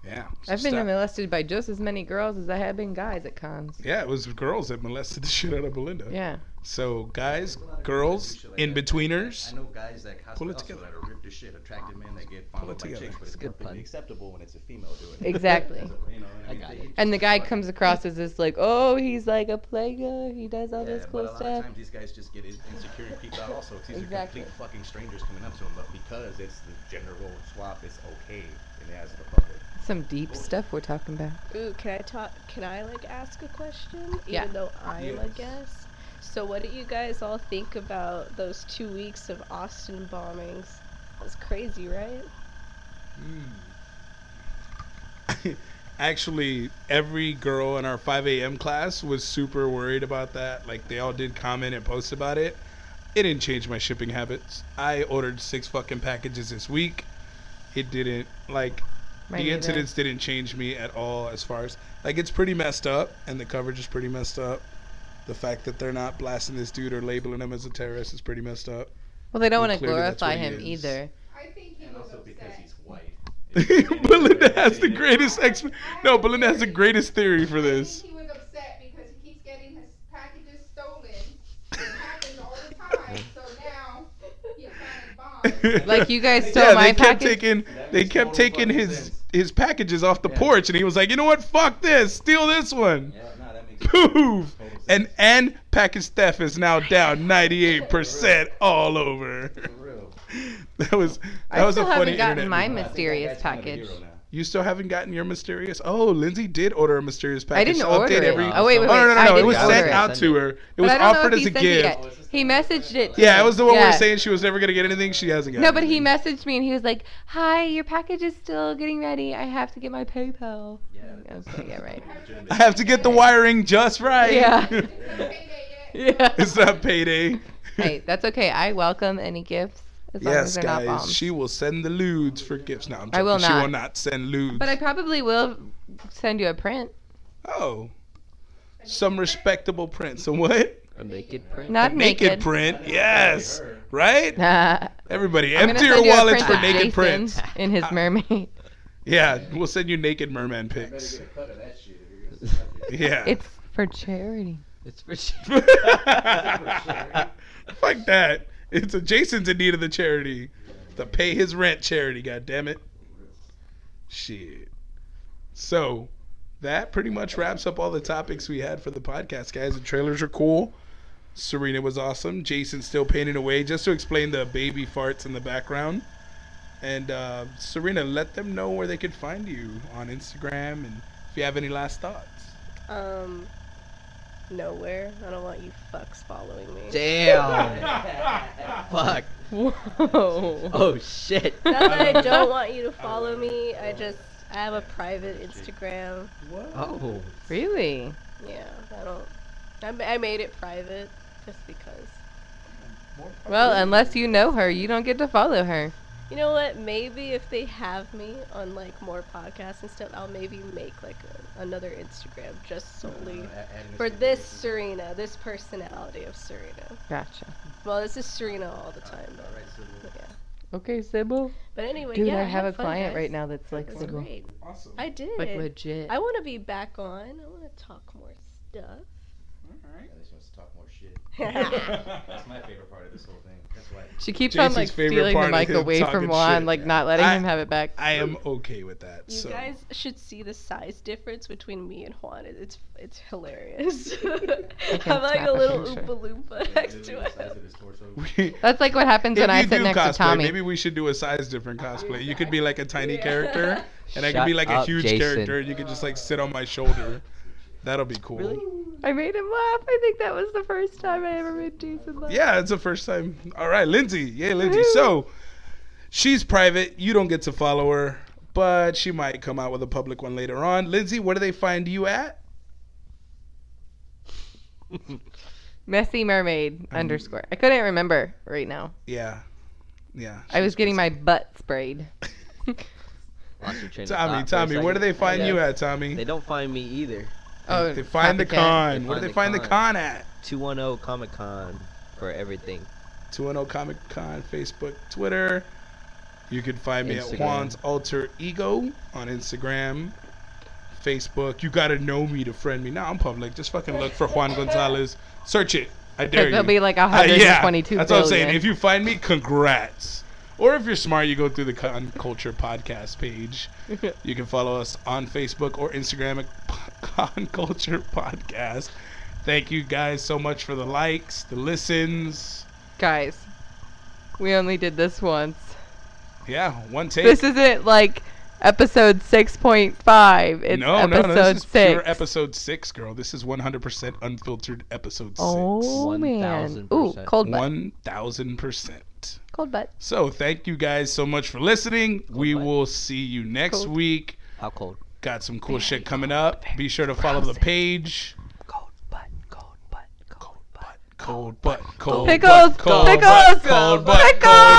Yeah. so
I've been
stop.
molested by just as many girls as I have been guys at cons.
Yeah, it was girls that molested the shit out of Belinda.
Yeah.
So guys, girls, in betweeners.
I know guys that
Pull
cosplay
it
also
together.
that are ripped to shit, attractive men that get fondled by
together.
chicks, but
It's
it's
a good
perfectly
pun.
acceptable when it's a female doing it.
Exactly.
You know what
I
I mean?
got
They-
it.
And the guy comes across as this like, oh, he's like a player. He does all
Yeah,
this
but a
cool
lot of
stuff.
times these guys just get in- insecure and creeped out also 'cause these
Exactly.
are complete fucking strangers coming up to them. But because it's the gender role swap, it's okay in the eyes of the public.
Some deep stuff we're talking about.
ooh can i talk can i like ask a question
Yeah.
even though i'm a
Yes.
guest so what did you guys all think about those two weeks of austin bombings that's crazy right
Actually, every girl in our 5 a.m. class was super worried about that. Like they all did comment and post about it. It didn't change my shipping habits. I ordered six fucking packages this week. It didn't like
Mine
the
either.
incidents didn't change me at all as far as like it's pretty messed up and the coverage is pretty messed up. The fact that they're not blasting this dude or labeling him as a terrorist is pretty messed up.
Well, they don't
Well,
want to
clearly that's
glorify
what he
him
is.
either.
I think he
And
was
also because
upset.
he's white.
Belinda has the greatest exp- No, Belinda has the greatest theory for
I
this.
think he was upset because he keeps getting his packages stolen. It happens all the time, so now he's kind of bombed.
Like you guys stole
yeah, they
my
kept
package.
taking
That
they
makes
kept
total
taking
fucking
his
sense.
his packages off the
Yeah.
porch, and he was like, you know what? Fuck this, steal this one.
Yeah, nah, that makes
Poof!
total sense.
And and package theft is now down 98 percent all over.
For real.
That was that
I
was
still
a funny
haven't gotten
internet
my
meme.
I think that
mysterious
guy's kind of a
package.
hero now.
You still haven't gotten your mysterious. Oh, Lindsay did order a mysterious package.
I didn't
She'll
order
update
it.
Every...
Oh wait, wait, wait.
no, no, no,
I
no! It
didn't
was
order
sent
it.
out to her. It was
but I don't know
offered
if
as
he
a
sent it
gift.
yet. He messaged it. to
Yeah,
me.
it was the one we
Yeah.
were saying she was never gonna get anything. She hasn't got.
No, but he
anything.
messaged me and he was like, "Hi, your package is still getting ready. I have to get my PayPal."
Yeah,
I was like, yeah, right.
legitimate.
I have to get the wiring just right.
Yeah.
It's not payday yet.
Yeah.
it's not payday.
hey, that's okay. I welcome any gifts as long as
yes,
they're not
guys,
bombs.
she will send the lewds for gifts. Now I'm
I will
joking. She
not.
will not send lewds.
But I probably will send you a print.
oh, some respectable print. So what?
A naked print.
Not naked.
print. Yes. Right.
Nah.
Everybody,
I'm gonna
empty your
send you a
wallets
print
for
of
naked
Jason
prints.
in his mermaid.
Yeah, we'll send you naked merman pics.
Better get a cut of that shit if you're gonna sell it.
Yeah.
It's for charity.
It's for sure.
Fuck that. It's a Jason's in need of the charity. The pay his rent charity, god damn it. Shit. So that pretty much wraps up all the topics we had for the podcast, guys. The trailers are cool. Serena was awesome. Jason's still painting away just to explain the baby farts in the background. And uh, Serena, let them know where they could find you on Instagram and if you have any last thoughts.
Um, nowhere. I don't want you fucks following me.
Damn. Fuck.
Whoa.
Oh shit.
Not that I don't want you to follow me. I just I have a private Instagram.
Oh.
Really?
Yeah, I don't. I, ma- I made it private just because.
Well, unless you know her, you don't get to follow her.
You know what? Maybe if they have me on like more podcasts and stuff, I'll maybe make like a, another Instagram just solely for this Serena, this personality of Serena.
Gotcha.
Well, this is Serena all the time.
All right, so we'll-
Yeah.
Okay, Sybil.
But anyway,
Dude,
yeah,
I have a
had fun,
client
guys.
right now that's like
It was
Sybil.
great.
Awesome.
I did.
Like legit.
I want to be back on. I want to talk more stuff.
yeah, this wants to talk more shit. That's my favorite part of this whole thing. That's why.
She keeps
Jason's
on like
favorite
stealing the
part
mic
is him
away from
talking
Juan,
shit.
like not letting
I-
him have it back.
I am okay with that.
You
so.
guys should see the size difference between me and Juan. It- It's it's hilarious. I'm like
snap
a
a
little
picture.
Oompa Loompa
literally
next to
the size
him.
of his torso.
That's like what happens when
if
I
you
sit
do
next
cosplay,
to Tommy.
maybe we should do a size different cosplay. You could be like a tiny
Yeah.
character, and I could
Shut
be like a
up,
huge
Jason.
character, and you could just like sit on my shoulder. That'll be cool.
Really?
I made him laugh. I think that was the first time I ever made Jason laugh.
Yeah, it's the first time. All right, Lindsay. Yeah, Lindsay. So she's private. You don't get to follow her, but she might come out with a public one later on. Lindsay, where do they find you at?
Messy mermaid underscore. I couldn't remember right now.
Yeah. Yeah.
I was getting my butt sprayed.
Lost your train of
Tommy,
thought for a
Tommy, where do
second.
they find
Yeah.
you at, Tommy?
They
They,
don't find me either.
Oh,
find the
copycat.
con.
They
where
find
do they
the
find the
con.
con at?
210 Comic Con oh for everything.
210 Comic Con, Facebook, Twitter. You can find me
Instagram.
at Juan's Alter Ego on Instagram, Facebook. You gotta know me to friend me. Now I'm public. Just fucking look for Juan Gonzalez. Search it. I dare you.
There'll be like
Uh,
122
yeah,
billion.
that's what I'm saying. If you find me, congrats. Or if you're smart, you go through the Con Culture podcast page. you can follow us on Facebook or Instagram at Con Culture Podcast. Thank you guys so much for the likes, the listens.
Guys, we only did this once.
Yeah, one take.
This isn't like episode 6.5. It's
no, no,
episode
no. This is
6.
pure episode six, girl. This is 100% unfiltered episode
oh, man.
1000%.
Ooh, cold
six.
butt.
1000%.
Cold butt.
So, thank you guys so much for listening. we
bud.
will see you next
Cold.
week.
How cold?
Got some cool shit coming up. Be sure to follow the page.
Cold butt, cold butt, cold butt.
Cold butt, cold
Pickles!
butt, cold
Pickles!
butt, cold butt, cold
Pickles!